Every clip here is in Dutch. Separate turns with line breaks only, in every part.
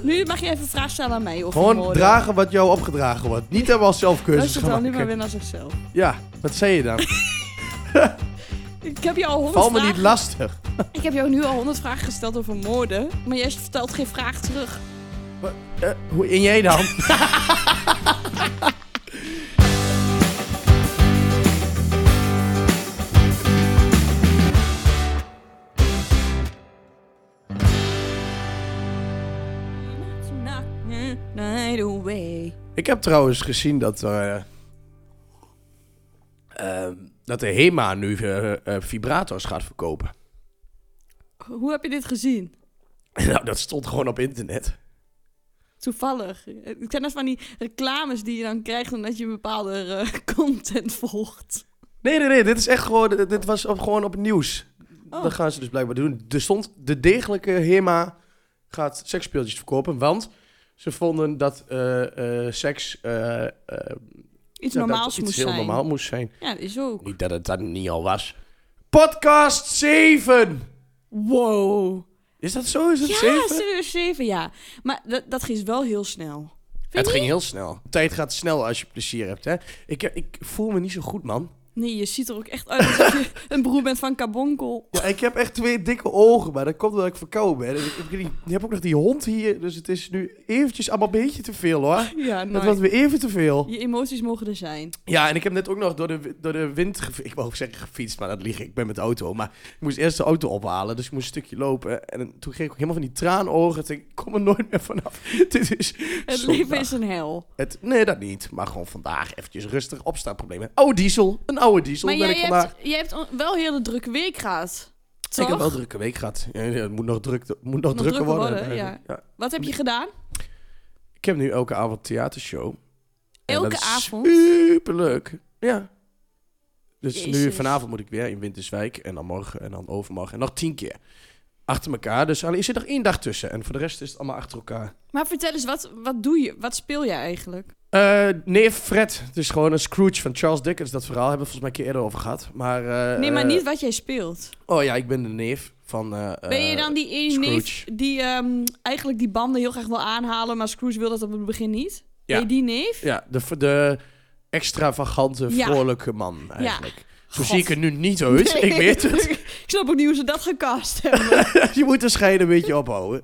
Nu mag je even een vraag stellen aan mij. Of
Gewoon
een oordeel.
dragen wat jou opgedragen wordt. Niet helemaal zelf keuzes
Luister
gaan
dan nu maar
maken.
weer naar zichzelf.
Ja, wat zei je dan?
Ik heb jou al
Val
honderd
me niet
vragen...
lastig.
Ik heb jou nu al honderd vragen gesteld over moorden. Maar jij stelt geen vraag terug.
Eh, hoe in jij dan?
Knock the night away.
Ik heb trouwens gezien dat, er, eh, eh, dat de HEMA nu eh, eh, vibrators gaat verkopen.
Hoe heb je dit gezien?
nou, dat stond gewoon op internet.
Toevallig. Het zijn net van die reclames die je dan krijgt omdat je bepaalde eh, content volgt.
Nee, nee, nee. Dit is echt gewoon. Dit dit was op, gewoon op het nieuws.
Oh.
Dat gaan ze dus blijkbaar doen. Er stond de degelijke HEMA gaat seksspeeltjes verkopen. Want ze vonden dat eh, eh, seks. eh, eh,
Iets
ja, dat
normaals
iets
moest
heel
zijn.
normaal moest zijn.
Ja, dat is ook.
Niet dat het dat niet al was. Podcast 7!
Wow.
Is dat zo? Is het
Ja,
7?
serieus 7, ja. Maar dat, dat ging wel heel snel.
Het ging heel snel. Tijd gaat snel als je plezier hebt, hè? Ik, ik voel me niet zo goed, man.
Nee, je ziet er ook echt uit alsof je een broer bent van Kabonkel.
Ja, ik heb echt twee dikke ogen, maar dat komt omdat ik verkouden ben. Ik, ik, ik heb ook nog die hond hier, dus het is nu eventjes allemaal een beetje te veel, hoor.
Ja,
Het
nou.
was weer even te veel.
Je emoties mogen er zijn.
Ja, en ik heb net ook nog door de, wi- door de wind gefietst. Ik wou ook zeggen gefietst, maar dat lieg ik. Ik ben met de auto. Maar ik moest eerst de auto ophalen, dus ik moest een stukje lopen. En toen kreeg ik ook helemaal van die traanogen. Ik denk, Ik kom er nooit meer vanaf. Dit is
Het
zondag.
leven is een hel.
Het, nee, dat niet. Maar gewoon vandaag eventjes rustig opstartproblemen. Oude diesel. Een oude diesel
Maar
ben
jij
ik vandaag.
hebt, jij hebt on- wel heel de drukke week gehad. Toch?
Ik heb wel een drukke week gehad. Ja, ja, het moet nog, druk, het moet nog, drukker,
drukker
worden.
worden, ja.
Ja.
Wat heb je gedaan?
Ik heb nu elke avond theatershow. En
Elke
dat is
avond?
Superleuk. Ja. Dus nu
Jezus.
vanavond moet ik weer in Winterswijk. En dan morgen en dan overmorgen. En nog tien keer. Achter elkaar. Dus alleen, er zit nog één dag tussen. En voor de rest is het allemaal achter elkaar.
Maar vertel eens, wat, wat doe je? Wat speel jij eigenlijk?
Eh, nee, Fred. Het is gewoon een Scrooge van Charles Dickens. Dat verhaal hebben we volgens mij een keer eerder over gehad. Maar, eh,
nee, maar
eh,
niet wat jij speelt.
Oh ja, ik ben de neef van... eh,
ben je
eh,
dan die ene neef
Scrooge.
die ehm, eigenlijk die banden heel graag wil aanhalen, maar Scrooge wil dat op het begin niet?
Ja.
Ben je die neef?
Ja, de, de extravagante,
Ja.
vrolijke man eigenlijk. Zo
God.
zie ik er nu niet uit,
Nee.
ik weet het.
ik snap ook niet hoe ze dat gecast hebben.
Je moet de schijn een beetje ophouden.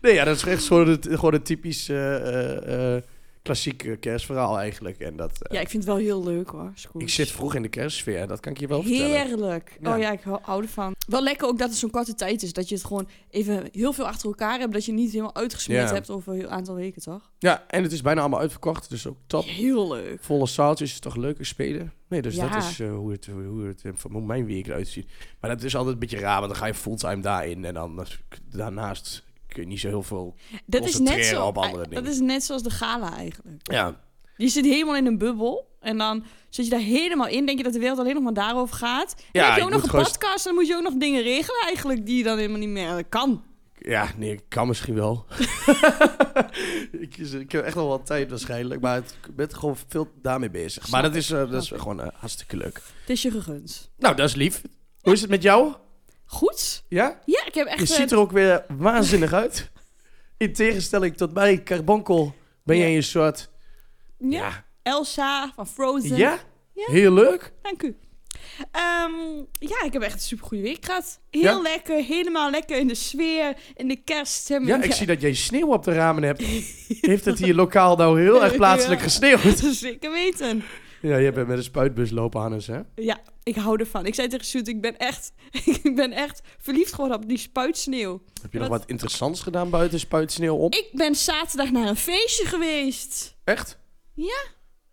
Nee, ja, dat is echt gewoon het, gewoon het typisch eh, eh, eh, klassieke kerstverhaal eigenlijk. En dat, eh,
ja, ik vind het wel heel leuk hoor, Scrooge.
ik zit vroeg in de kerstsfeer, dat kan ik je wel vertellen.
Heerlijk.
Ja.
Oh ja, ik hou, hou ervan. Wel lekker ook dat het zo'n korte tijd is. Dat je het gewoon even heel veel achter elkaar hebt. Dat je niet helemaal uitgesmeerd
Ja.
hebt over een heel aantal weken, toch?
Ja, en het is bijna allemaal uitverkocht, dus ook top.
Heel leuk.
Volle zaaltjes is toch leuker spelen? Nee, dus
Ja.
dat is eh, hoe, het, hoe, het, eh, van hoe mijn week eruit ziet. Maar dat is altijd een beetje raar, want dan ga je fulltime daarin. En dan, eh, daarnaast kun je niet zo heel veel
Dat is, net
Concentreren
zo,
op andere
dat
dingen.
is net zoals de gala eigenlijk.
Ja,
Je zit helemaal in een bubbel. En dan zit je daar helemaal in. Denk je dat de wereld alleen nog maar daarover gaat. En
Ja,
dan heb je
ik
ook nog
moet
een
gewoon-
podcast. En dan moet je ook nog dingen regelen eigenlijk die je dan helemaal niet meer kan.
ja, nee, ik kan misschien wel. ik, ik heb echt nog wel tijd waarschijnlijk, maar het- ik ben gewoon veel daarmee bezig. Maar dat is, eh, dat is
snap ik.
gewoon eh, hartstikke leuk.
Het is je gegund.
Nou, dat is lief. Hoe is het met jou?
Goed?
Ja?
Ja, ik heb echt...
Je
eh,
ziet er ook weer waanzinnig uit. In tegenstelling tot mij, Carbonkel, ben
Ja.
jij een soort...
ja, Elsa van Frozen.
Ja?
Ja.
Heel leuk.
Dank u. Ehm, ja, ik heb echt een supergoeie week gehad. Heel
Ja?
lekker, helemaal lekker in de sfeer, in de kerst.
Ja, ik zie dat jij sneeuw op de ramen hebt. Heeft het hier lokaal nou heel erg plaatselijk
Ja.
gesneeuwd?
dat. Zeker weten.
Ja, je bent met een spuitbus lopen, Hannes, hè?
Ja, ik hou ervan. Ik zei tegen Sjoerd, ik ben echt, ik ben echt verliefd geworden op die spuitsneeuw.
Heb je nog
Wat?
wat interessants gedaan buiten spuitsneeuw op?
Ik ben zaterdag naar een feestje geweest.
Echt?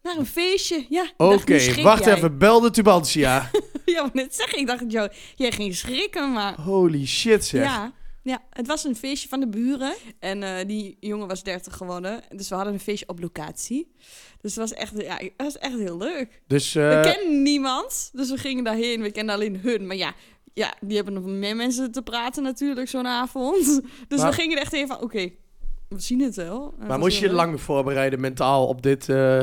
Naar een feestje, ja. ik dacht,
Oké,
nu schrik
wacht
jij.
even. Bel de Tubantia.
Ja, maar net zeg ik, ik dacht, joh, jij ging schrikken, maar...
Holy shit, zeg.
Ja, ja, het was een feestje van de buren. En eh, die jongen was 30 geworden. Dus we hadden een feestje op locatie. Dus het was echt, ja, het was echt heel leuk.
Dus
We
eh,
kenden niemand. Dus we gingen daarheen. We kenden alleen hun. Maar ja, ja die hebben nog meer mensen te praten natuurlijk zo'n avond. Dus
Maar-
we gingen er echt even van, oké, we zien het wel. En het
maar
was
moest
heel
je
leuk.
lang voorbereiden mentaal op dit... eh,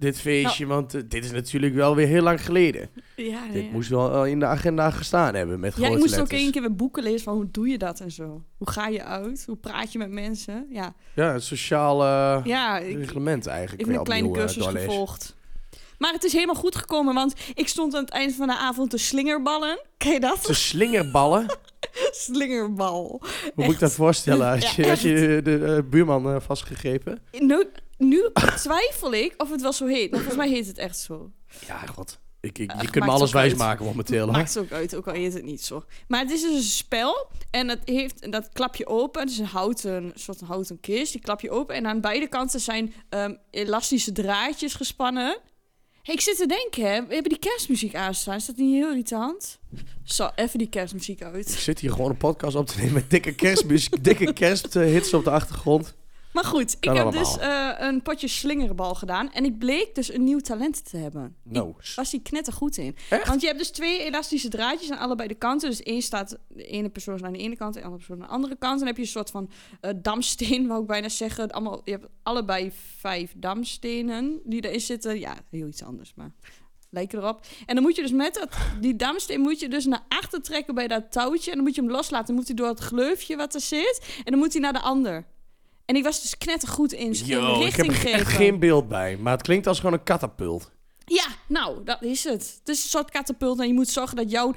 dit feestje, want eh, dit is natuurlijk wel weer heel lang geleden.
Nou. Ja, nee,
Dit
ja.
moest wel eh, in de agenda gestaan hebben met
Ja,
grote
ik moest ook
letters.
één keer weer boeken lezen van hoe doe je dat en zo. Hoe ga je uit? Hoe praat je met mensen? Ja,
Ja, het sociale eh,
ja ik,
reglement
ik
eigenlijk.
heb
weer
een kleine
opnieuw, eh,
cursus
doorlezen.
gevolgd. Maar het is helemaal goed gekomen, want ik stond aan het eind van de avond te slingerballen. Ken je dat?
De slingerballen.
Slingerbal.
Hoe moet ik dat voorstellen? Had je,
Ja,
had je de eh, buurman eh, vastgegrepen?
Nu, nu twijfel ik of het wel zo heet. Maar volgens mij heet het echt zo.
Ja, god. Ik, ik,
Ach,
je kunt
maakt
me alles
ook uit.
wijsmaken momenteel. hè?
Maakt ook uit, ook al heet het niet zo. Maar het is dus een spel. En dat, heeft, dat klap je open. Het is een houten, een soort houten kist. Die klap je open. En aan beide kanten zijn ehm, elastische draadjes gespannen. Hey, ik zit te denken, hè. We hebben die kerstmuziek aanstaan. Is dat niet heel irritant? Zo, even die kerstmuziek
Ik
uit.
zit hier gewoon een podcast op te nemen met dikke kerstmuziek, dikke kersthits op de achtergrond.
Maar goed, ik
Kan
heb
allemaal.
dus eh, een potje slingerbal gedaan. En ik bleek dus een nieuw talent te hebben.
Nou,
was hij knettergoed in.
Echt?
Want je hebt dus twee elastische draadjes aan allebei de kanten. Dus één staat, de ene persoon is aan de ene kant, de andere persoon aan de andere kant. En dan heb je een soort van eh, damsteen, wou ik bijna zeggen. Allemaal, je hebt allebei vijf damstenen die erin zitten. Ja, heel iets anders, maar lijken erop. En dan moet je dus met dat, die damsteen moet je dus naar achter trekken bij dat touwtje. En dan moet je hem loslaten. Dan moet hij door het gleufje wat er zit. En dan moet hij naar de ander. En ik was dus knettergoed in, in
yo, ik
richting
heb er echt
geven.
geen beeld bij, maar het klinkt als gewoon een katapult.
Ja, nou, dat is het. Het is een soort katapult en je moet zorgen dat jouw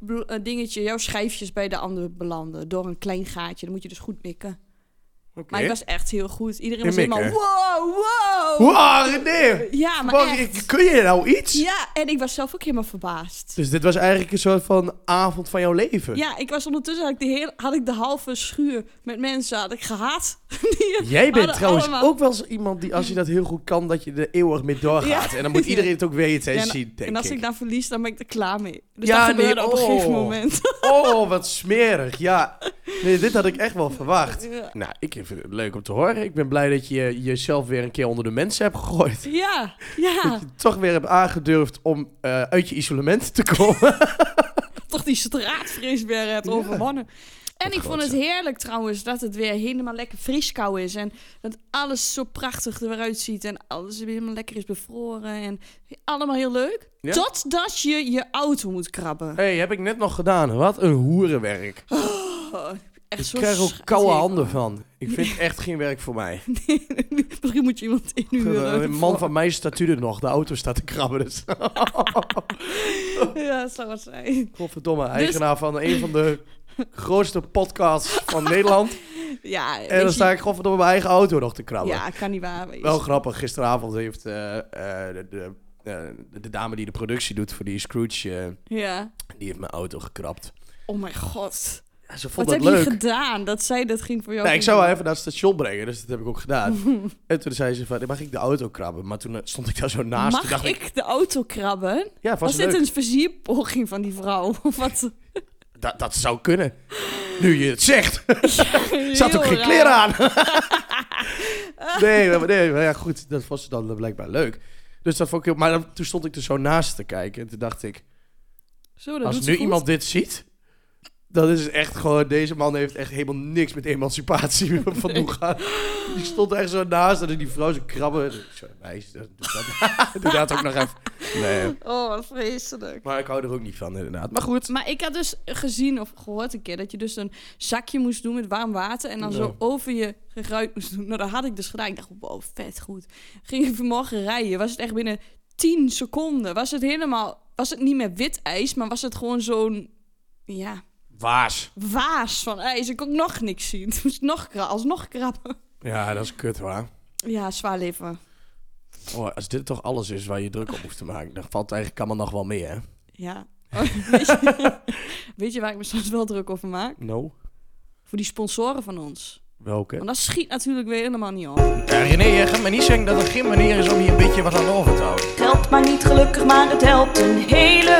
bl- eh, dingetje, jouw schijfjes bij de ander belanden. Door een klein gaatje. Dan moet je dus goed mikken. Maar ik was echt heel goed. Iedereen
Je
was helemaal
mikken?
wow, wow.
Wow, ah, René!
Ja, maar
Wow,
echt.
Kun je nou iets?
Ja, en ik was zelf ook helemaal verbaasd.
Dus dit was eigenlijk een soort van avond van jouw leven.
Ja, ik was ondertussen had ik de, hele, had ik de halve schuur met mensen had ik gehaat. Die het
Jij bent
hadden
trouwens
allemaal-
ook wel eens iemand die, als je dat heel goed kan, dat je er eeuwig mee doorgaat.
Ja.
En dan moet iedereen het ook weten en
Ja,
zien, denk
En als ik.
ik.
dan verlies, dan ben ik er klaar mee. Dus
Ja,
dat gebeurde
nee,
op een gegeven
oh.
moment.
Oh, wat smerig, ja. Nee, dit had ik echt wel verwacht.
Ja.
Nou, ik vind het leuk om te horen. Ik ben blij dat je jezelf weer een keer onder de mensen hebt gegooid.
Ja, ja.
Dat je toch weer hebt aangedurfd om eh, uit je isolement te komen.
toch die straatvrees weer hebt
Ja. Oh,
overwonnen. En
Wat
ik
goed,
vond het
zeg.
heerlijk trouwens dat het weer helemaal lekker friskou is. En dat alles zo prachtig er weer uitziet. En alles weer helemaal lekker is bevroren. En allemaal heel leuk.
Ja.
Totdat je je auto moet krabben.
hey, heb ik net nog gedaan. Wat een hoerenwerk.
Oh, echt
Ik
zo
krijg ook
schrik.
koude handen van. Ik vind het echt geen werk voor mij.
Misschien moet je iemand inhuren.
Een man van mijn statuur nog. De auto staat te krabben. Dus.
Ja, dat zou wat zijn.
Godverdomme,
Dus-
eigenaar van een van de grootste podcasts van Nederland.
Ja, weet
En dan
je-
sta ik godverdomme mijn eigen auto nog te krabben.
Ja, kan niet waar. wezen.
Wel grappig, gisteravond heeft eh, eh, de, de, eh, de dame die de productie doet voor die Scrooge, eh,
Ja.
die heeft mijn auto gekrapt.
Oh mijn god.
Ja, ze vond
Wat
dat
heb
leuk.
je gedaan dat zij dat ging voor jou
Nee, Nou, ik
doen?
zou haar even naar het station brengen, dus dat heb ik ook gedaan. en toen zei ze van, mag ik de auto krabben? Maar toen eh, stond ik daar zo naast.
Mag
toen dacht ik,
ik de auto krabben?
ja, was
Was dit
leuk.
een versierpoging van die vrouw? Of Wat?
Dat, dat zou kunnen. Nu je het zegt. Ze had ook geen
Heel
kleren
raar.
aan. nee, maar, nee, maar ja, goed. Dat was dan blijkbaar leuk. Dus dat vond ik heel... Maar dan- toen stond ik er zo naast te kijken. En toen dacht ik,
Zo, dat
als
doet
nu
ze goed.
iemand dit ziet... Dan is het echt gewoon... Deze man heeft echt helemaal niks met emancipatie van doen gaan. Die stond echt zo naast. En die vrouw zo krabben. En ik Zo, meisje, doe dat, doe dat ook nog even. Nee.
Oh, wat vreselijk.
Maar ik hou er ook niet van, inderdaad. Maar goed.
Maar ik had dus gezien of gehoord een keer dat je dus een zakje moest doen met warm water en dan
Ja.
zo over je geruit moest doen. Nou, dat had ik dus gedaan. Ik dacht, wow, vet goed. Ging ik vanmorgen rijden, was het echt binnen 10 seconden. Was het helemaal, was het niet meer wit ijs, maar was het gewoon zo'n, ja,
Waas.
waas van ijs. Ik kon nog niks zien. Het moest nog, kra- alsnog krabben.
Ja, dat is kut, waar.
Ja, zwaar leven.
Oh, als dit toch alles is waar je druk op hoeft te maken, dan valt eigenlijk allemaal nog wel mee, hè?
Ja. Oh, weet, je, weet je waar ik me soms wel druk over maak?
No.
Voor die sponsoren van ons.
Welke?
Want dat schiet natuurlijk weer helemaal niet op.
René, je gaat me niet zeggen dat er geen manier is om hier een beetje wat aan over te houden.
Helpt maar niet gelukkig, maar het helpt een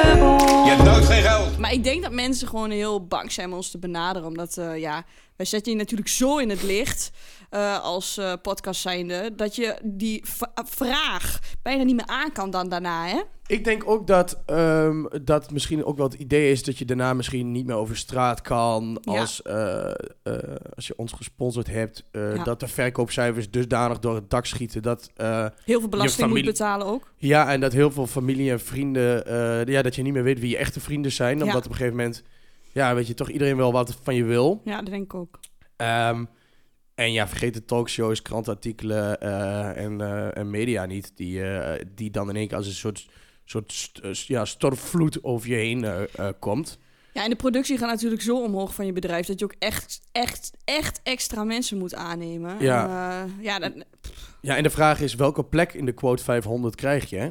heleboel.
Je hebt nooit geen geld.
Maar ik denk dat mensen gewoon heel bang zijn om ons te benaderen. Omdat, eh, ja, wij zetten je natuurlijk zo in het licht. eh, als eh, podcast zijnde, dat je die v- vraag bijna niet meer aan kan dan daarna, hè?
Ik denk ook dat ehm, dat misschien ook wel het idee is dat je daarna misschien niet meer over straat kan.
Ja.
Als, eh, eh, als je ons gesponsord hebt. eh,
Ja.
Dat de verkoopcijfers dusdanig door het dak schieten. Dat, eh,
Heel veel belasting moet
familie-
je betalen ook.
ja, en dat heel veel familie en vrienden. eh, ja, dat je niet meer weet wie je echte vrienden zijn.
Ja.
Omdat op een gegeven moment. Ja, weet je toch iedereen wel wat van je wil.
Ja, dat denk ik ook.
Ehm, en ja, vergeet de talkshows, krantartikelen eh, en, eh, en media niet. Die, eh, die dan in één keer als een soort, soort st- eh, ja, stortvloed over je heen eh, eh, komt.
Ja, en de productie gaat natuurlijk zo omhoog van je bedrijf dat je ook echt, echt, echt extra mensen moet aannemen.
Ja.
En, eh, ja, dat,
Ja, en de vraag is, welke plek in de quote 500 krijg je? hè?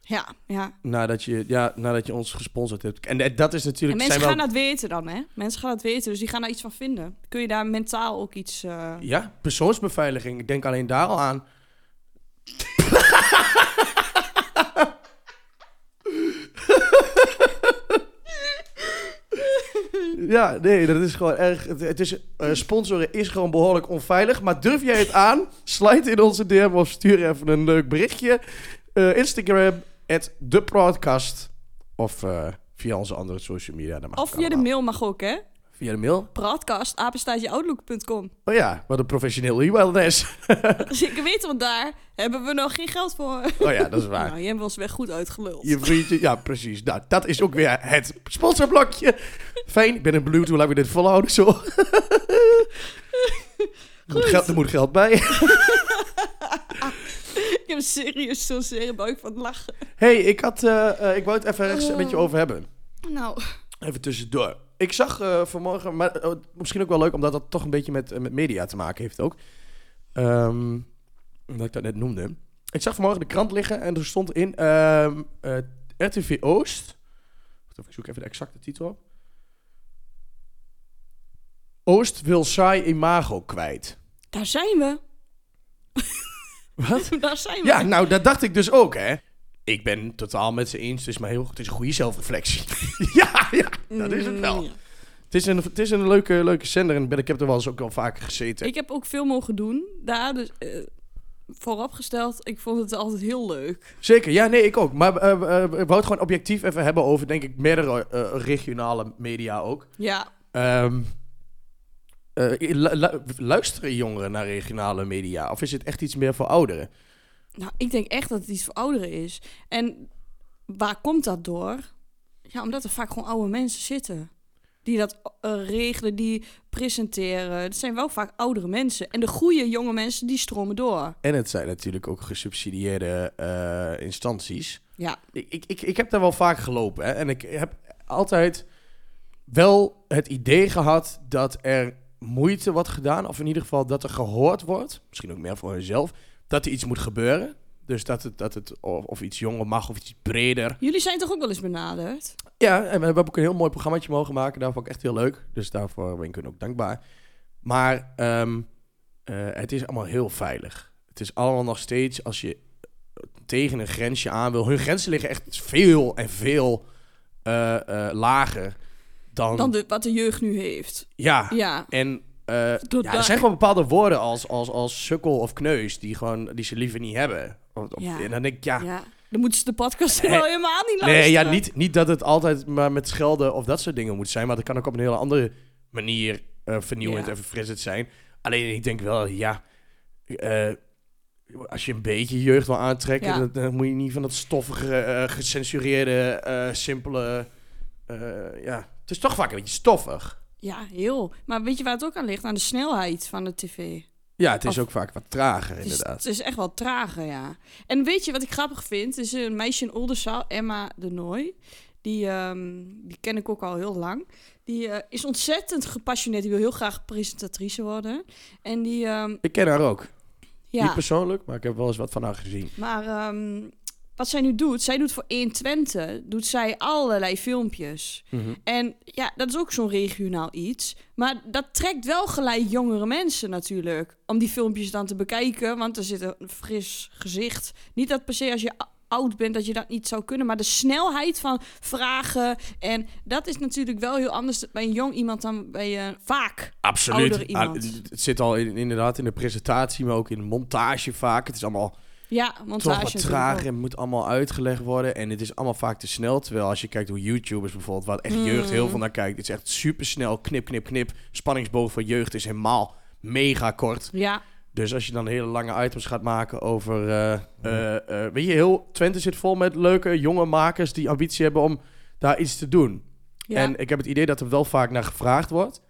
ja, ja.
Nadat je, ja, nadat je ons gesponsord hebt. En eh, dat is
En
natuurlijk...
mensen
zijn wel-
gaan dat weten dan, hè? Mensen gaan dat weten, dus die gaan daar iets van vinden. Kun je daar mentaal ook iets... eh,
Ja, persoonsbeveiliging. Ik denk alleen daar al aan. ja, nee, dat is gewoon erg. Het, het is, eh, sponsoren is gewoon behoorlijk onveilig. Maar durf jij het aan? Slijt in onze DM of stuur even een leuk berichtje. Eh, Instagram, at de podcast. Of eh, via onze andere social media. dat mag
Of
ook
via de
allemaal.
mail mag ook, hè?
Via de mail.
Broadcast, apenstaatjeoutlook.com.
Oh ja, wat een professioneel e-mailadres.
Zeker weten, Dus want daar hebben we nog geen geld voor.
Oh ja, dat is waar.
Nou, je hebt ons weer goed uitgeluld.
Je vriendje, ja precies. Nou, dat is ook weer het sponsorblokje. Fijn, ik ben een benieuwd hoe lang we dit volhouden zo. Er moet geld, er moet geld bij.
Ik heb serieus zo'n zere buik van het lachen.
hey, ik, had, eh, eh, ik wou het even ergens een beetje over hebben.
Nou,
Even tussendoor. Ik zag eh, vanmorgen, maar eh, misschien ook wel leuk omdat dat toch een beetje met, eh, met media te maken heeft ook. Ehm, omdat ik dat net noemde. Ik zag vanmorgen de krant liggen en er stond in ehm, eh, RTV Oost. Wacht even, ik zoek even de exacte titel op. Oost wil saai imago kwijt.
daar zijn we.
Wat?
daar zijn we.
Ja, nou, dat dacht ik dus ook, hè. Ik ben totaal met ze eens. Het is maar heel het is een goede zelfreflectie. ja, ja, dat is het wel.
Mm, ja.
Het is een, het is een leuke, leuke zender en ik heb er wel eens ook al vaker gezeten.
Ik heb ook veel mogen doen daar, dus eh, vooropgesteld, ik vond het altijd heel leuk.
Zeker, ja, nee, ik ook. Maar eh eh, we wouden het gewoon objectief even hebben over, denk ik, meerdere eh, regionale media ook.
Ja,
Ehm, eh, lu- lu- luisteren jongeren naar regionale media? Of is het echt iets meer voor ouderen?
nou, ik denk echt dat het iets voor ouderen is. En waar komt dat door? Ja, omdat er vaak gewoon oude mensen zitten. Die dat eh, regelen, die presenteren. Het zijn wel vaak oudere mensen. En de goede jonge mensen, die stromen door.
En het zijn natuurlijk ook gesubsidieerde eh, instanties.
Ja,
Ik, ik, ik, ik heb daar wel vaak gelopen. Hè? En ik heb altijd wel het idee gehad dat er moeite wordt gedaan. Of in ieder geval dat er gehoord wordt. Misschien ook meer voor hunzelf. Dat er iets moet gebeuren. Dus dat het, dat het of, of iets jonger mag of iets breder.
jullie zijn toch ook wel eens benaderd?
Ja, en we hebben ook een heel mooi programmaatje mogen maken. Daarvoor ook echt heel leuk. Dus daarvoor ben ik hun ook dankbaar. Maar ehm, eh, het is allemaal heel veilig. Het is allemaal nog steeds als je tegen een grensje aan wil. Hun grenzen liggen echt veel en veel eh, eh, lager dan.
Dan de, wat de jeugd nu heeft.
Ja.
Ja,
En eh,
Door
ja, er
dak.
zijn gewoon bepaalde woorden als, als, als sukkel of kneus die, gewoon, die ze liever niet hebben. Of- of-
Ja.
En dan denk ik, ja,
ja. Dan moeten ze de podcast
Eh,
wel helemaal niet luisteren.
Nee, ja, niet, niet dat het altijd maar met schelden of dat soort dingen moet zijn. Maar dat kan ook op een hele andere manier eh, vernieuwend
Ja.
en verfrissend zijn. Alleen ik denk wel, ja... eh, als je een beetje jeugd wil aantrekken...
Ja.
Dan, dan moet je niet van dat stoffige, eh, gecensureerde, eh, simpele... eh, ja, het is toch vaak een beetje stoffig.
Ja, heel. Maar weet je waar het ook aan ligt? Aan de snelheid van de tv.
Ja, het is
Of-
ook vaak wat trager,
Het is,
inderdaad.
het is echt wel trager, ja. En weet je wat ik grappig vind? Er is een meisje in Oldenzaal, Emma de Nooi. Die, ehm, die ken ik ook al heel lang. Die eh, is ontzettend gepassioneerd. Die wil heel graag presentatrice worden. En die, ehm,
Ik ken haar ook. Niet
ja,
persoonlijk, maar ik heb wel eens wat van haar gezien.
maar ehm, wat zij nu doet, zij doet voor 120, doet zij allerlei filmpjes.
Mhm.
En ja, dat is ook zo'n regionaal iets. Maar dat trekt wel gelijk jongere mensen natuurlijk. Om die filmpjes dan te bekijken. Want er zit een fris gezicht. Niet dat per se als je a- oud bent, dat je dat niet zou kunnen. Maar de snelheid van vragen en dat is natuurlijk wel heel anders bij een jong iemand dan bij een vaak.
Absoluut.
Ouder iemand.
Ah, het zit al in, inderdaad in de presentatie, maar ook in de montage vaak. Het is allemaal
Ja, montage.
toch wat
natuurlijk
traag
ook.
en moet allemaal uitgelegd worden. En het is allemaal vaak te snel. Terwijl als je kijkt hoe YouTubers bijvoorbeeld, waar echt
Mm.
jeugd heel veel naar kijkt. Het is echt super snel, knip, knip, knip. Spanningsboog van jeugd is helemaal mega kort.
Ja,
Dus als je dan hele lange items gaat maken over... eh, eh, eh, weet je, heel Twente zit vol met leuke jonge makers die ambitie hebben om daar iets te doen.
ja.
En ik heb het idee dat er wel vaak naar gevraagd wordt.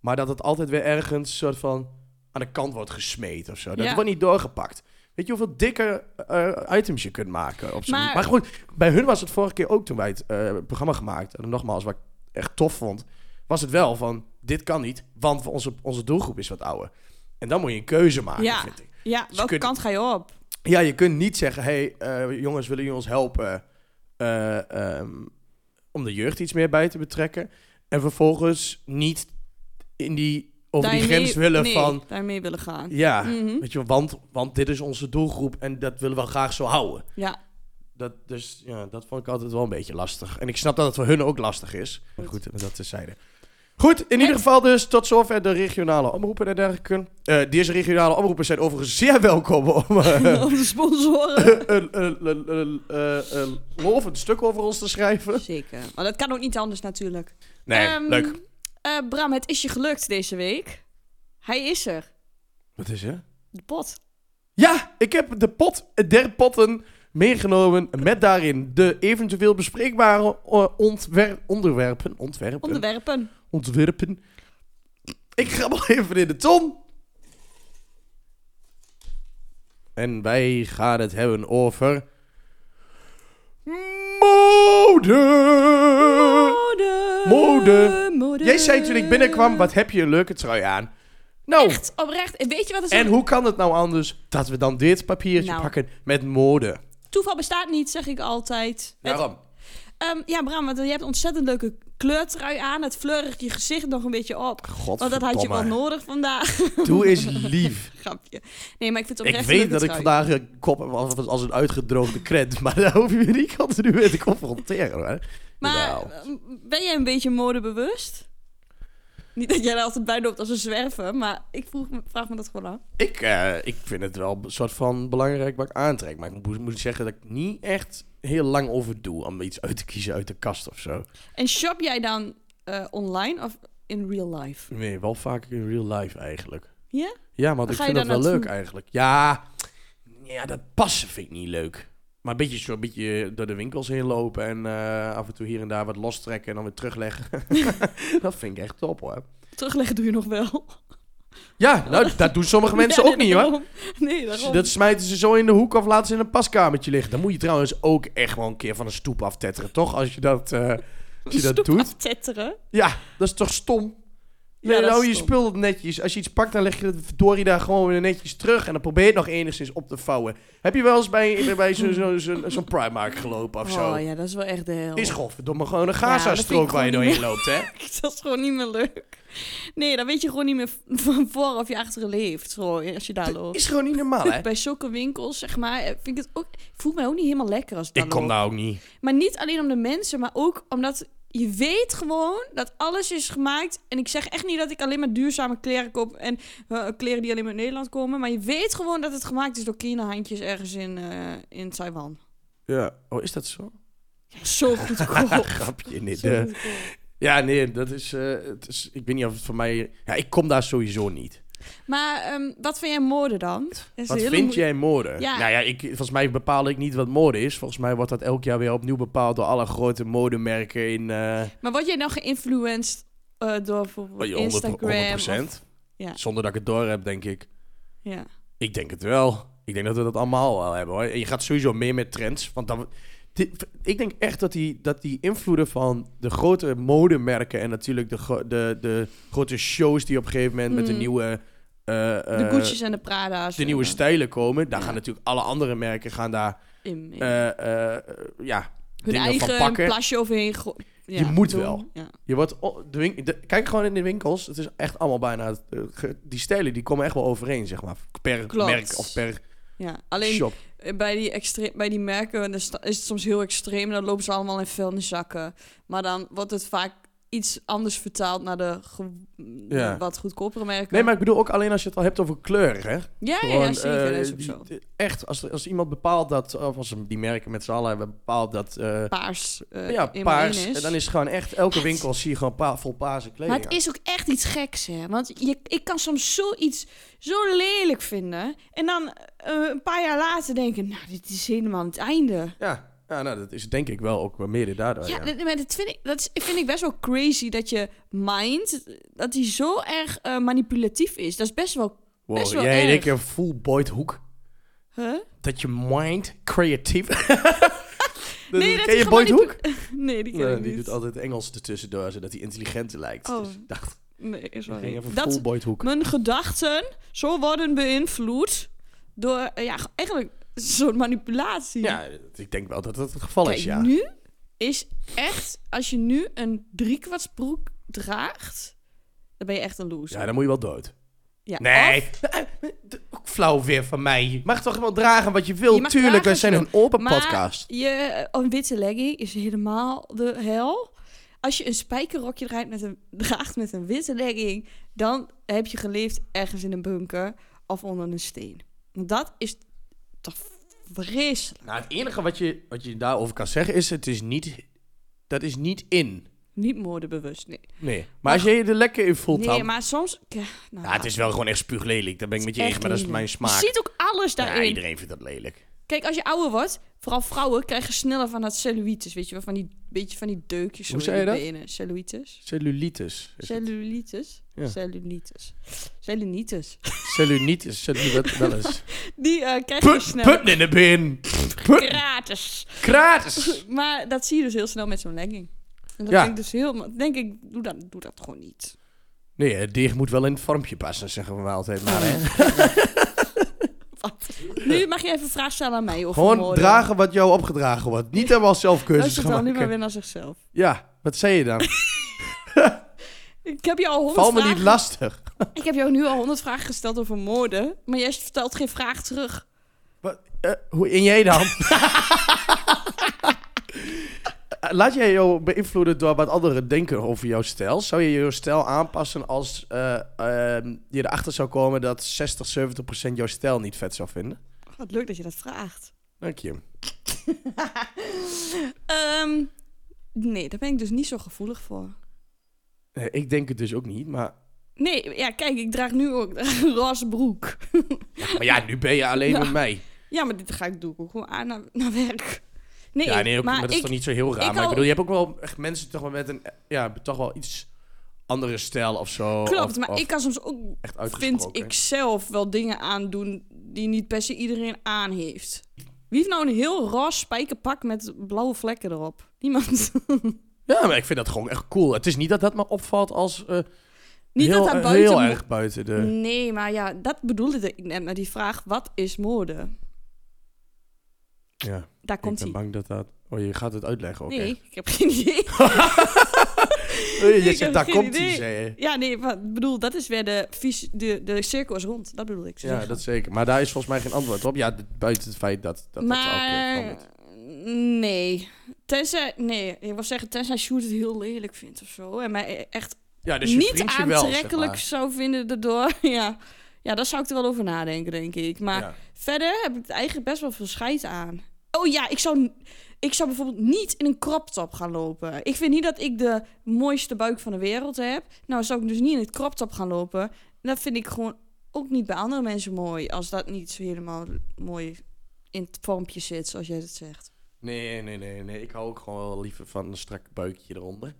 Maar dat het altijd weer ergens soort van aan de kant wordt gesmeed of zo. Dat
Ja.
wordt niet doorgepakt. Weet je hoeveel dikke eh, items je kunt maken? Op maar...
Maar-
maar goed, bij hun was het vorige keer ook toen wij het eh, programma gemaakt. En nogmaals, wat ik echt tof vond, was het wel van... Dit kan niet, want onze, onze doelgroep is wat ouder. En dan moet je een keuze maken,
Ja.
vind ik.
ja
je
welke
kunt-
kant ga je op?
Ja, je kunt niet zeggen, hé hey, eh, jongens, willen jullie ons helpen eh, ehm, om de jeugd iets meer bij te betrekken? En vervolgens niet in die, over die
Daarmee-
grens willen
nee,
van,
daarmee willen gaan.
ja,
Mhm.
weet je, wel, want, want dit is onze doelgroep en dat willen we graag zo houden.
Ja,
Dat, dus ja, dat vond ik altijd wel een beetje lastig. En ik snap dat het voor hun ook lastig is. Maar goed, dat tezijde. Goed, in ieder geval dus tot zover de regionale omroepen en dergelijke. Eh, deze regionale omroepen zijn overigens zeer welkom om... eh,
onze sponsoren.
een- een- een- een- een- een lovend stuk over ons te schrijven.
Zeker. Maar dat kan ook niet anders natuurlijk.
Nee,
Ehm,
leuk.
eh, Bram, het is je gelukt deze week. Hij is er.
Wat is er?
De pot.
Ja, ik heb de pot der potten meegenomen met daarin de eventueel bespreekbare eh, ontwer- onderwerpen, ontwerpen,
Onderwerpen.
ontwerpen. Ik grabbel even in de ton. En wij gaan het hebben over... Mode!
Mode.
Eh. Mode.
Mode.
Jij zei toen ik binnenkwam, wat heb je een leuke trui aan. Nou,
Echt, oprecht. En Weet je wat het is?
en hoe kan het nou anders dat we dan dit papiertje
Nou.
pakken met mode?
Toeval bestaat niet, zeg ik altijd. Het-
Waarom?
Ehm, ja, Bram, want je hebt een ontzettend leuke kleurtrui aan. Het fleurigt je gezicht nog een beetje op. Want Oh, dat had je wel
nog.
nodig vandaag.
Doe eens lief.
Grapje. Nee, maar ik vind het
ik
oprecht
weet
een leuke
dat ik
trui.
vandaag een kop heb als, als een uitgedroogde krent, maar daar hoef je me niet continu mee te confronteren. Hoor.
Maar
Nou.
ehm, ben jij een beetje modebewust? Niet dat jij er altijd bij loopt als een zwerver, maar ik vroeg me, vraag me dat gewoon af.
Ik, eh, ik vind het wel een soort van belangrijk wat ik aantrek, maar ik moet, moet zeggen dat ik niet echt heel lang over doe om iets uit te kiezen uit de kast of zo.
En shop jij dan eh, online of in real life?
Nee, wel vaker in real life eigenlijk.
Ja?
Ja, want ik
Ga
vind
je
dat wel
daar
leuk
naartoe?
eigenlijk. Ja, ja, dat passen vind ik niet leuk. Maar een beetje, zo, een beetje door de winkels heen lopen en eh, af en toe hier en daar wat lostrekken en dan weer terugleggen. dat vind ik echt top hoor.
Terugleggen doe je nog wel.
Ja, nou, dat doen sommige mensen
Ja,
ook niet hoor.
daarom. Nee, daarom.
Dat smijten ze zo in de hoek of laten ze in een paskamertje liggen. Dan moet je trouwens ook echt wel een keer van een stoep aftetteren, toch? Als je dat, eh, als je dat
Stoep
doet.
aftetteren.
Ja, dat is toch stom?
Ja,
Nee,
dat is
nou, je
stom.
spul netjes. Als je iets pakt, dan leg je het verdorie daar gewoon weer netjes terug. En dan probeer je het nog enigszins op te vouwen. Heb je wel eens bij, bij zo'n zo, zo, zo'n Primark gelopen of zo?
Oh ja, dat is wel echt de hel.
Is godverdomme gewoon een
Ja,
Gaza-strook
dat vind ik
waar je
gewoon
doorheen loopt, hè?
dat is gewoon niet meer leuk. Nee, dan weet je gewoon niet meer van voor of je achteren leeft. Zo, als je daar loopt.
Is gewoon niet normaal, hè?
Bij zulke winkels, zeg maar, eh, vind ik het ook... Ik voel mij ook niet helemaal lekker als ik daar
Ik kom
loop.
daar ook niet.
Maar niet alleen om de mensen, maar ook omdat je weet gewoon dat alles is gemaakt. En ik zeg echt niet dat ik alleen maar duurzame kleren koop en eh, kleren die alleen maar uit Nederland komen. Maar je weet gewoon dat het gemaakt is door kinderhandjes ergens in, eh, in Taiwan.
Ja. Oh, is dat zo?
Ja, zo goedkoop.
Grapje, nee.
Zo
de-
goedkoop.
Ja, nee, dat is, eh, het is... Ik weet niet of het voor mij... Ja, ik kom daar sowieso niet.
Maar ehm, wat vind jij mode dan? Dat is
Wat
een hele
vind
moe-
jij mode?
Ja.
Nou ja, ik, volgens mij bepaal ik niet wat mode is. Volgens mij wordt dat elk jaar weer opnieuw bepaald door alle grote modemerken in eh
Maar word jij nou geïnfluenced eh, door bijvoorbeeld
100,
Instagram?
100%.
of- ja.
Zonder dat ik het door heb, denk ik.
ja.
Ik denk het wel. Ik denk dat we dat allemaal wel hebben hoor. En je gaat sowieso meer met trends. Want dan, dit- ik denk echt dat die, dat die invloeden van de grote modemerken en natuurlijk de, gro- de, de grote shows die op een gegeven moment met de
Mm.
nieuwe. eh,
De
eh,
Gucci's en de Prada's.
de nieuwe stijlen komen, daar gaan natuurlijk alle andere merken gaan daar
In, in.
eh, eh, eh, ja,
Hun
dingen van
eigen
pakken.
plasje overheen. go- Ja,
Je moet
doen.
wel.
Ja.
Je wordt o- de win- de- kijk gewoon in de winkels. Het is echt allemaal bijna. eh, ge- Die stijlen die komen echt wel overeen, zeg maar. Per
Klopt.
merk of per
Ja, alleen
Shop.
bij die, extre- bij die merken dan sta- is het soms heel extreem. Dan lopen ze allemaal in vuilniszakken. Maar dan wordt het vaak iets anders vertaald naar de ge-
Ja.
wat goedkopere merken.
Nee, maar ik bedoel ook alleen als je het al hebt over kleur, hè?
ja, ja, ja,
Gewoon,
zeker.
eh,
dat is ook
die-
zo.
Echt, als, als iemand bepaalt dat, of als die merken met z'n allen hebben bepaald dat... eh,
Paars. eh,
ja,
eenmaal
paars.
in is.
En dan is het gewoon echt, elke
Het-
winkel zie je gewoon pa- vol paarse kleding.
Maar het is ook echt iets geks, hè? Want je, ik kan soms zoiets zo lelijk vinden. En dan eh, een paar jaar later denken: Nou, dit is helemaal het einde.
Ja, ja nou, dat is denk ik wel ook wel meer daardoor.
ja,
Oh, Ja,
dat, maar dat, vind ik, dat is- vind ik best wel crazy dat je mind, dat die zo erg eh, manipulatief is. Dat is best wel.
Wow,
best wel
jij
erg.
denkt een full boyd hoek.
Huh?
Dat je mind creatief...
Nee, dat
Eh, ken
hij
je Boyd
gemanipu-
Hoek?
Nee, die ken
Nee,
ik
die
niet.
doet altijd Engels ertussendoor, zodat hij intelligent lijkt.
dus- Oh,
dus ik dacht,
Nee,
ik ging
sorry.
even
Dat
full boyd hoek.
mijn gedachten zo worden beïnvloed door, eh, ja, eigenlijk een soort manipulatie.
Ja, ik denk wel dat dat het geval
Kijk,
is, ja.
nu is echt, als je nu een driekwartsbroek draagt, dan ben je echt een loser.
Ja, dan moet je wel dood.
Ja,
Nee. Eh,
of-
Ook Flauw weer van mij. Je mag toch gewoon dragen wat je wil?
Je mag
Tuurlijk,
dragen
wij
wat je
zijn een open
Maar
podcast.
Je, een witte legging is helemaal de hel. Als je een spijkerrokje draait met een, draagt met een witte legging, dan heb je geleefd ergens in een bunker of onder een steen. Want dat is toch vreselijk.
Nou, het enige wat je, wat je daarover kan zeggen is, het is niet... Dat is niet in.
Niet moordebewust, nee.
Nee. Maar, als je je er lekker in voelt
Nee,
dan...
maar soms... k- Nou,
Ja, het is wel gewoon echt spuuglelijk. Daar ben ik met je
echt
eens, maar dat is
lelijk.
mijn
Je
smaak.
ziet ook alles
Ja,
daarin.
iedereen vindt dat lelijk.
Kijk, als je ouder wordt, vooral vrouwen krijgen sneller van dat cellulitis, weet je wel, van die beetje van die deukjes.
Hoe
zo
zei je
in
dat?
benen. Cellulitis.
Cellulitis. is het.
Cellulitis.
Ja.
Cellulitis. Cellulitis.
Cellulitis. Cellulitis. Wel eens.
Die eh krijg je
Put,
snel.
put in de bin. Put.
Gratis.
Gratis.
Maar dat zie je dus heel snel met zo'n legging. En dat
Ja.
vind ik dus heel... Denk ik, doe dat, doe dat gewoon niet.
Nee, het deeg moet wel in het vormpje passen, zeggen we maar altijd. Maar,
Oh,
hè.
Wat? Nu mag je even een vraag stellen aan mij. Of
Gewoon
morgen.
dragen wat jou opgedragen wordt. Niet helemaal zelf keuzes
Luister
gaan
dan nu
maken.
maar weer naar zichzelf.
Ja, wat zei je dan?
Ik heb jou al
Val
honderd
me
vragen...
niet lastig.
Ik heb jou nu al honderd vragen gesteld over moorden. Maar jij vertelt geen vraag terug.
Wat, eh, hoe in jij dan? Eh, Laat jij jou beïnvloeden door wat anderen denken over jouw stijl? Zou je jouw stijl aanpassen als eh, ehm, je erachter zou komen dat 60, 70 procent jouw stijl niet vet zou vinden?
Oh, Wat leuk dat je dat vraagt.
Dank je.
Ehm, nee, daar ben ik dus niet zo gevoelig voor.
Eh, ik denk het dus ook niet, maar...
Nee, ja, kijk, ik draag nu ook een roze broek.
Ja, maar ja, nu ben je alleen
Ja.
met mij.
Ja, maar dit ga ik doen. ook gewoon aan naar, naar werk. Nee,
ja, nee, ook,
maar,
maar dat is
ik,
toch niet zo heel raar.
ik
maar ik
hou-
bedoel, je hebt ook wel echt mensen toch wel met een eh, ja, toch wel iets andere stijl of zo.
klopt.
of-
maar
of
ik kan soms ook,
echt
vind
uitgesproken.
ik zelf, wel dingen aandoen die niet per se iedereen aan heeft. Wie heeft nou een heel roze spijkerpak met blauwe vlekken erop? Niemand.
Ja, maar ik vind dat gewoon echt cool. Het is niet dat dat me opvalt als eh,
niet
heel,
dat daar
eh,
buiten... Mm.
heel
mo-
erg eh. buiten de.
Nee, maar ja, dat bedoelde ik net met die vraag, wat is moorden?
Ja,
Daar
ik
komt hij.
ben bang dat dat. Oh, je gaat het uitleggen ook.
Nee,
echt.
ik heb geen idee.
Oh, je
ik
zegt,
heb
daar
geen
komt hij,
idee.
zei je.
Ja, nee, maar ik bedoel, dat is weer de, fys- de, de cirkel is rond. Dat bedoel ik. te
Ja,
zeggen.
dat zeker. Maar daar is volgens mij geen antwoord op. Ja, d- buiten het feit dat dat, dat ook eh,
maar,
van moet.
nee. Tenzij, nee, ik wil zeggen, tenzij Sjoerd het heel lelijk vindt of zo. En mij e- echt
Ja, dus je
niet
vriendje wel, zeg
aantrekkelijk zou vinden daardoor. Ja. ja, daar zou ik er wel over nadenken, denk ik. Maar
maar. Ja.
verder heb ik het eigenlijk best wel veel scheid aan. Oh ja, ik zou, ik zou bijvoorbeeld niet in een crop top gaan lopen. Ik vind niet dat ik de mooiste buik van de wereld heb. Nou, zou ik dus niet in het crop top gaan lopen. Dat vind ik gewoon ook niet bij andere mensen mooi. Als dat niet zo helemaal mooi in het vormpje zit, zoals jij het zegt.
Nee, nee, nee, nee. Ik hou ook gewoon wel liever van een strak buikje eronder.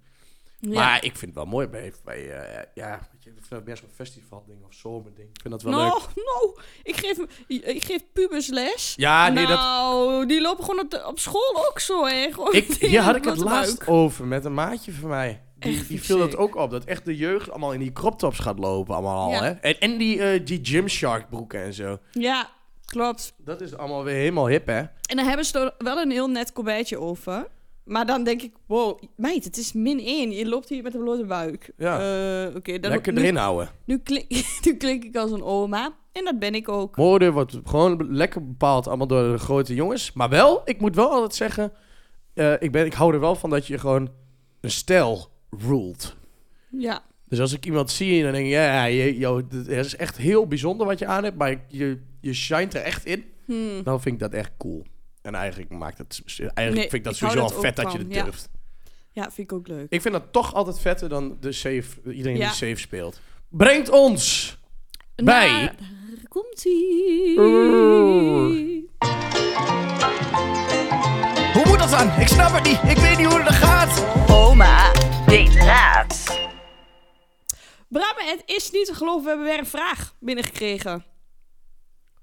Ja.
Maar ik vind het wel mooi bij, bij eh, ja, weet je, ik vind dat meer zo'n festivalding of zomerding. Ik vind dat wel
no,
leuk.
no. Ik geef, ik geef pubers les.
Ja, nee, dat...
nou, die lopen gewoon op, de- op school ook zo, hè. Gewoon
Ik, hier had ik het
platte
laatst
buik.
over met een maatje van mij. Die,
Echt
die viel dat
sick.
ook op. Dat echt de jeugd allemaal in die crop tops gaat lopen. Allemaal al,
Ja.
hè? En, en die, eh die Gymshark broeken en zo.
Ja, klopt.
Dat is allemaal weer helemaal hip, hè?
En dan hebben ze er wel een heel net colbertje over. Maar dan denk ik, wow, meid, het is min 1. Je loopt hier met een blote buik.
Ja.
Eh, Oké, dan
Lekker
nu,
erin houden.
Nu, klink, nu klink ik als een oma. En dat ben ik ook.
Mode wordt gewoon be- lekker bepaald allemaal door de grote jongens. Maar wel, ik moet wel altijd zeggen, eh, ik, ben, ik hou er wel van dat je gewoon een stijl ruled.
Ja.
Dus als ik iemand zie, dan denk ik, ja, je, joh, dit het is echt heel bijzonder wat je aan hebt, maar je, je shined er echt in.
Hmm.
Dan vind ik dat echt cool. En eigenlijk maakt het, eigenlijk
Nee,
vind ik dat
ik hou
sowieso
dat
al vet
ook
dat je
van,
het
ja.
durft.
Ja, vind ik ook leuk.
Ik vind dat toch altijd vetter dan de safe, iedereen
Ja.
die safe speelt. Brengt ons Bij-
Nou, daar komt-ie.
Oeh. Hoe moet dat dan? Ik snap het niet. Ik weet niet hoe het gaat.
Oma weet raad.
Bram, het is niet te geloven, we hebben weer een vraag binnengekregen.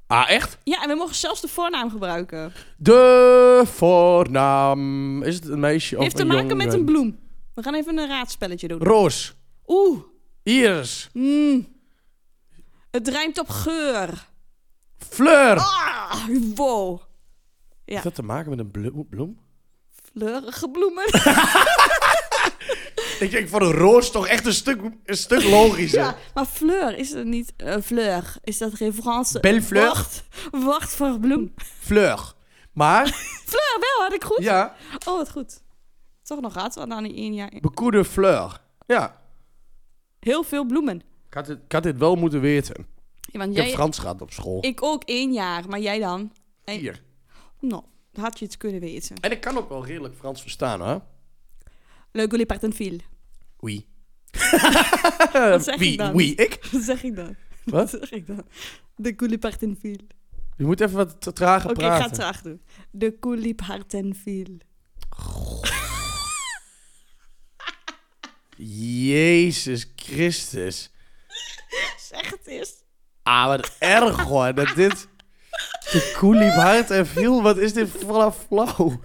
Ah, echt?
Ja, en we mogen zelfs de voornaam gebruiken.
De voornaam. Is het een meisje of
Heeft te
een
maken
jongen?
met een bloem. We gaan even een raadspelletje doen.
Roos.
Oeh.
Iris.
Mm. Het rijmt op geur.
Fleur.
Ah, wow. ja.
Heeft dat te maken met een blo- bloem?
Fleurige bloemen.
Ik denk voor een roos toch echt een stuk, een stuk logischer.
Ja, maar fleur is het niet. eh, fleur. Is dat geen Franse?
Belle fleur.
Wacht, wacht voor bloem.
Fleur. Maar,
Fleur wel, had ik goed?
ja,
Oh, wat goed. Toch nog raad, want aan die één jaar.
bekoede fleur. Ja.
Heel veel bloemen.
Ik had, dit, ik had dit wel moeten weten.
Ja, want
Ik
jij,
heb Frans gehad op school.
ik ook één jaar, maar jij dan? en-
Hier.
Nou, had je het kunnen weten.
En ik kan ook wel redelijk Frans verstaan, hè?
Leuk jullie partenfiel.
Oui.
Wat zeg
Wie?
ik dan?
Wie? Ik?
Wat zeg ik dan?
Wat?
zeg ik dan? De koelipartenfiel.
Je moet even wat te- trager
Oké, ik
praten.
ga het traag doen. De koelipartenfiel.
Jezus Christus.
Zeg het eens.
Ah, wat erg hoor. Dat dit... De koe liep hard en viel. Wat is dit vanaf flauw?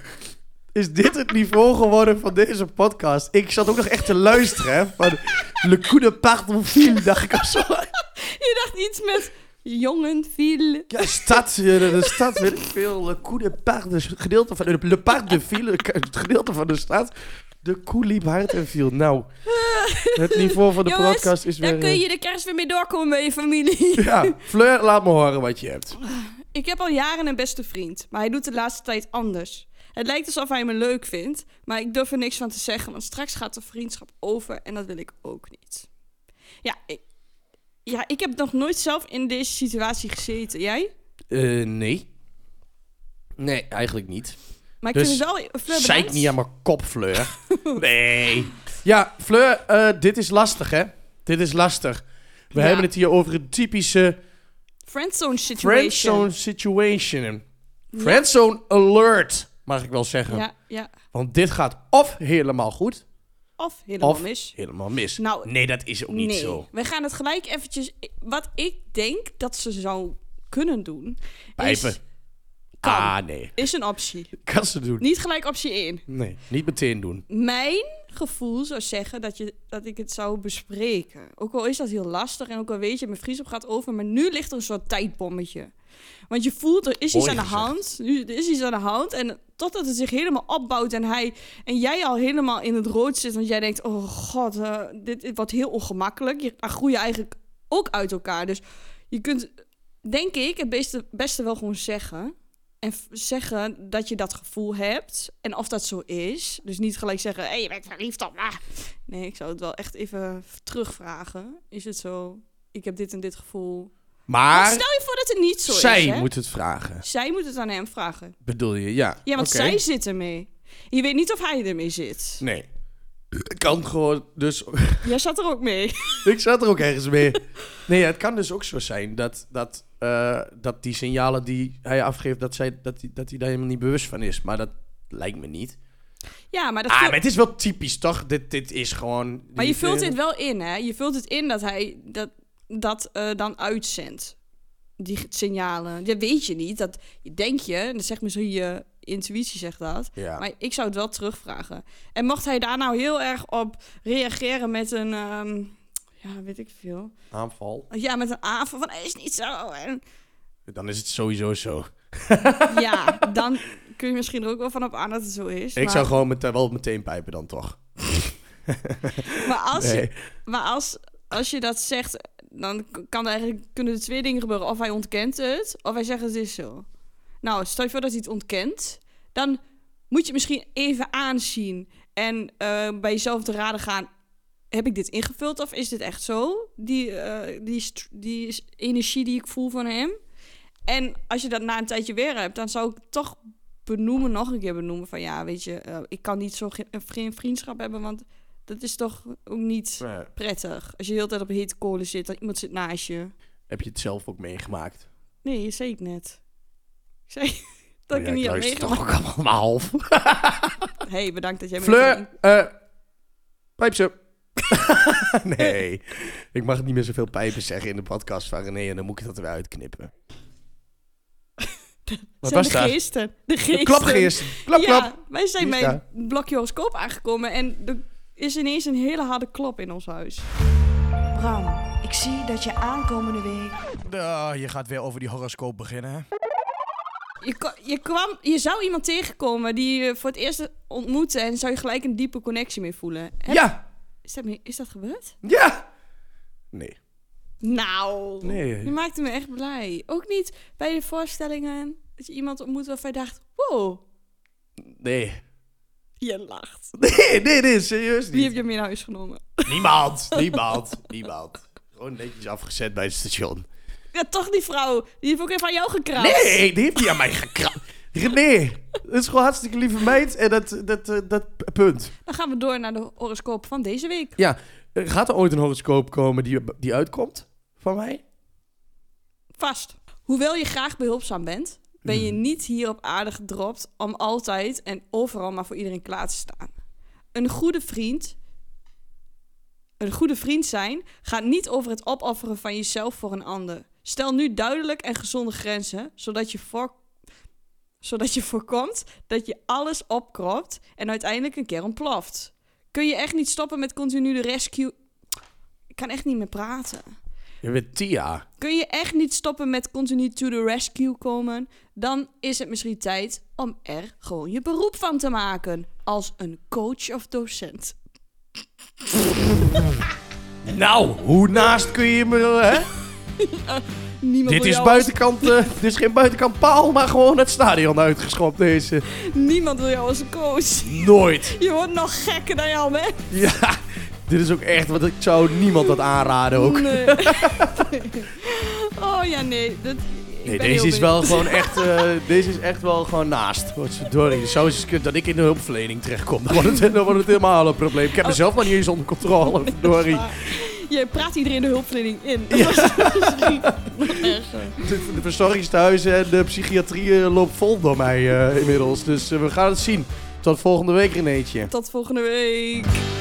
Is dit het niveau geworden van deze podcast? Ik zat ook nog echt te luisteren, hè. Van Le coup de pardon viel, dacht ik al zo.
Je dacht iets met jongenfiel.
Ja, stad, eh, de, de stad, weet ik veel. Le coup de pardon, dus het gedeelte van... Le parc de ville, het gedeelte van de stad. De koe liep hard en viel. Nou, het niveau van de
Jongens,
podcast is weer...
Daar kun
eh,
je de kerst weer mee doorkomen bij je familie.
Ja, Fleur, laat me horen wat je hebt.
Ik heb al jaren een beste vriend, maar hij doet de laatste tijd anders. Het lijkt alsof hij me leuk vindt, maar ik durf er niks van te zeggen, want straks gaat de vriendschap over en dat wil ik ook niet. Ja, ik, ja, ik heb nog nooit zelf in deze situatie gezeten. Jij?
Eh, nee. Nee, eigenlijk niet.
Maar ik
Dus
vind het wel... Fleur,
Zeik
bedankt.
niet aan mijn kop, Fleur. nee. Ja, Fleur, eh, dit is lastig, hè? Dit is lastig. We
Ja.
hebben het hier over een typische
Friendzone situation.
friendzone situation. Friendzone alert, mag ik wel zeggen.
Ja, ja.
Want dit gaat of helemaal goed,
Of helemaal
of
mis.
helemaal mis.
Nou,
nee, dat is ook niet
nee.
zo.
We gaan het gelijk eventjes... Wat ik denk dat ze zou kunnen doen...
Pijpen.
Is, kan.
Ah, nee.
is een optie.
Kan ze doen.
Niet gelijk optie 1.
Nee, niet meteen doen.
Mijn gevoel zou zeggen dat, je, dat ik het zou bespreken. Ook al is dat heel lastig en ook al weet je, mijn vriendschap gaat over. Maar nu ligt er een soort tijdbommetje. Want je voelt, er is iets
Mooi
aan de
gezegd.
hand. Nu, er is iets aan de hand. En totdat het zich helemaal opbouwt en, hij, en jij al helemaal in het rood zit. Want jij denkt, oh god, eh, dit, dit wordt heel ongemakkelijk. Je dan groei je eigenlijk ook uit elkaar. Dus je kunt, denk ik, het beste, beste wel gewoon zeggen. En f- zeggen dat je dat gevoel hebt. En of dat zo is. Dus niet gelijk zeggen, hé, hey, je bent verliefd op me. Nee, ik zou het wel echt even terugvragen. Is het zo? Ik heb dit en dit gevoel. Maar
Maar
stel je voor dat het niet zo
zij
is, hè?
moet het vragen.
Zij moet het aan hem vragen.
Bedoel je, ja.
Ja, want
Oké.
zij zit ermee. Je weet niet of hij ermee zit.
Nee. Het kan gewoon, dus...
Jij zat er ook mee.
ik zat er ook ergens mee. Nee, het kan dus ook zo zijn dat, dat, eh, dat die signalen die hij afgeeft... dat zij, dat die, dat die daar helemaal niet bewust van is. Maar dat lijkt me niet.
Ja, maar dat
Ah,
vul-
maar het is wel typisch, toch? Dit, dit is gewoon... eh,
Maar je vult dit wel in, hè? Je vult het in dat hij dat, dat eh, dan uitzendt. Die signalen. Dat weet je niet. Dat denk je, en dat zegt misschien je intuïtie zegt dat.
Ja.
Maar ik zou het wel terugvragen. En mocht hij daar nou heel erg op reageren met een... ehm, ja, weet ik veel.
Aanval.
Ja, met een aanval van, "Hij is niet zo. En,
Dan is het sowieso zo.
ja, dan kun je misschien er ook wel van op aan dat het zo is.
Ik
maar,
zou gewoon met, wel meteen pijpen dan toch.
maar als, je,
Nee.
Maar als, als je dat zegt, dan k- kan er eigenlijk, kunnen er twee dingen gebeuren. Of hij ontkent het, of hij zegt het is zo. Nou, stel je voor dat hij het ontkent, dan moet je het misschien even aanzien en eh, bij jezelf te raden gaan. Heb ik dit ingevuld of is dit echt zo? Die, eh, die, st- die s- energie die ik voel van hem. En als je dat na een tijdje weer hebt, dan zou ik toch benoemen, nog een keer benoemen van ja, weet je, eh, ik kan niet zo ge- geen vriendschap hebben, want dat is toch ook niet
Nou ja,
prettig. Als je de hele tijd op hete kolen zit, dat iemand zit naast je.
heb je het zelf ook meegemaakt?
Nee, dat zei ik net. Ik zei dat ik het
Oh ja,
niet had
luister
meegemaakt.
toch ook allemaal half.
hey, bedankt dat jij me even-
Fleur, eh pijps up. nee, ik mag niet meer zoveel pijpen zeggen in de podcast van René en dan moet ik dat eruit knippen. Wat
Zijn
was
de
dat?
geesten. De
De
geesten.
klapgeest. Klap,
ja,
klap.
wij zijn
Die is
bij
daar.
het blokje horoscoop aangekomen en er is ineens een hele harde klop in ons huis. Bram, ik zie dat je aankomende week
Oh, je gaat weer over die horoscoop beginnen.
Je, kwa- je, kwam, je zou iemand tegenkomen die je voor het eerst ontmoette en zou je gelijk een diepe connectie mee voelen. Heb-
Ja,
Is, dat, me- is dat gebeurd?
ja. Nee.
Nou,
Nee.
je maakte me echt blij. Ook niet bij de voorstellingen dat je iemand ontmoet waarvan je dacht, wow,
Nee.
je lacht.
Nee, nee, nee, serieus
Wie heb
niet.
je mee naar huis genomen?
Niemand, niemand, niemand. Gewoon netjes afgezet bij het station.
Ja, toch die vrouw. Die heeft ook even aan jou gekraakt.
Nee, die heeft niet aan mij gekrapt. René, dat is gewoon hartstikke lieve meid en dat, dat, eh, dat punt.
Dan gaan we door naar de horoscoop van deze week.
Ja, eh, gaat er ooit een horoscoop komen die, die uitkomt van mij?
Vast. Hoewel je graag behulpzaam bent, ben je niet hier op aarde gedropt om altijd en overal maar voor iedereen klaar te staan. Een goede vriend. Een goede vriend zijn gaat niet over het opofferen van jezelf voor een ander. Stel nu duidelijk en gezonde grenzen, zodat je, voor, zodat je voorkomt dat je alles opkropt en uiteindelijk een keer ontploft. Kun je echt niet stoppen met continu de rescue. Ik kan echt niet meer praten.
Je bent Tia.
Kun je echt niet stoppen met continu to the rescue komen? Dan is het misschien tijd om er gewoon je beroep van te maken. Als een coach of docent.
Nou, hoe naast kun je me... eh, Hè?
Niemand
Dit
wil
is
jou
buitenkant... eh, dit is geen buitenkant paal, maar gewoon het stadion uitgeschopt deze.
Als, niemand wil jou als een coach.
Nooit.
Je wordt nog gekker dan jou, hè?
Ja, dit is ook echt... Want ik zou niemand dat aanraden ook.
Nee. oh ja, nee. Dat, ik
Nee,
ben
deze
heel
is wel
benieuwd.
gewoon echt... eh, deze is echt wel gewoon naast. Wat verdorie. Zo is het kut dat ik in de hulpverlening terechtkom. Dan wordt het, dan wordt het helemaal een probleem. Ik
Oh.
heb mezelf nog niet eens onder controle. Verdorie.
Je praat iedereen de hulpverlening in. Dat was misschien nog erger.
De, de verzorgingstehuizen en de psychiatrie eh, loopt vol door mij eh, inmiddels. Dus eh, we gaan het zien. Tot volgende week, Renéetje.
Tot volgende week.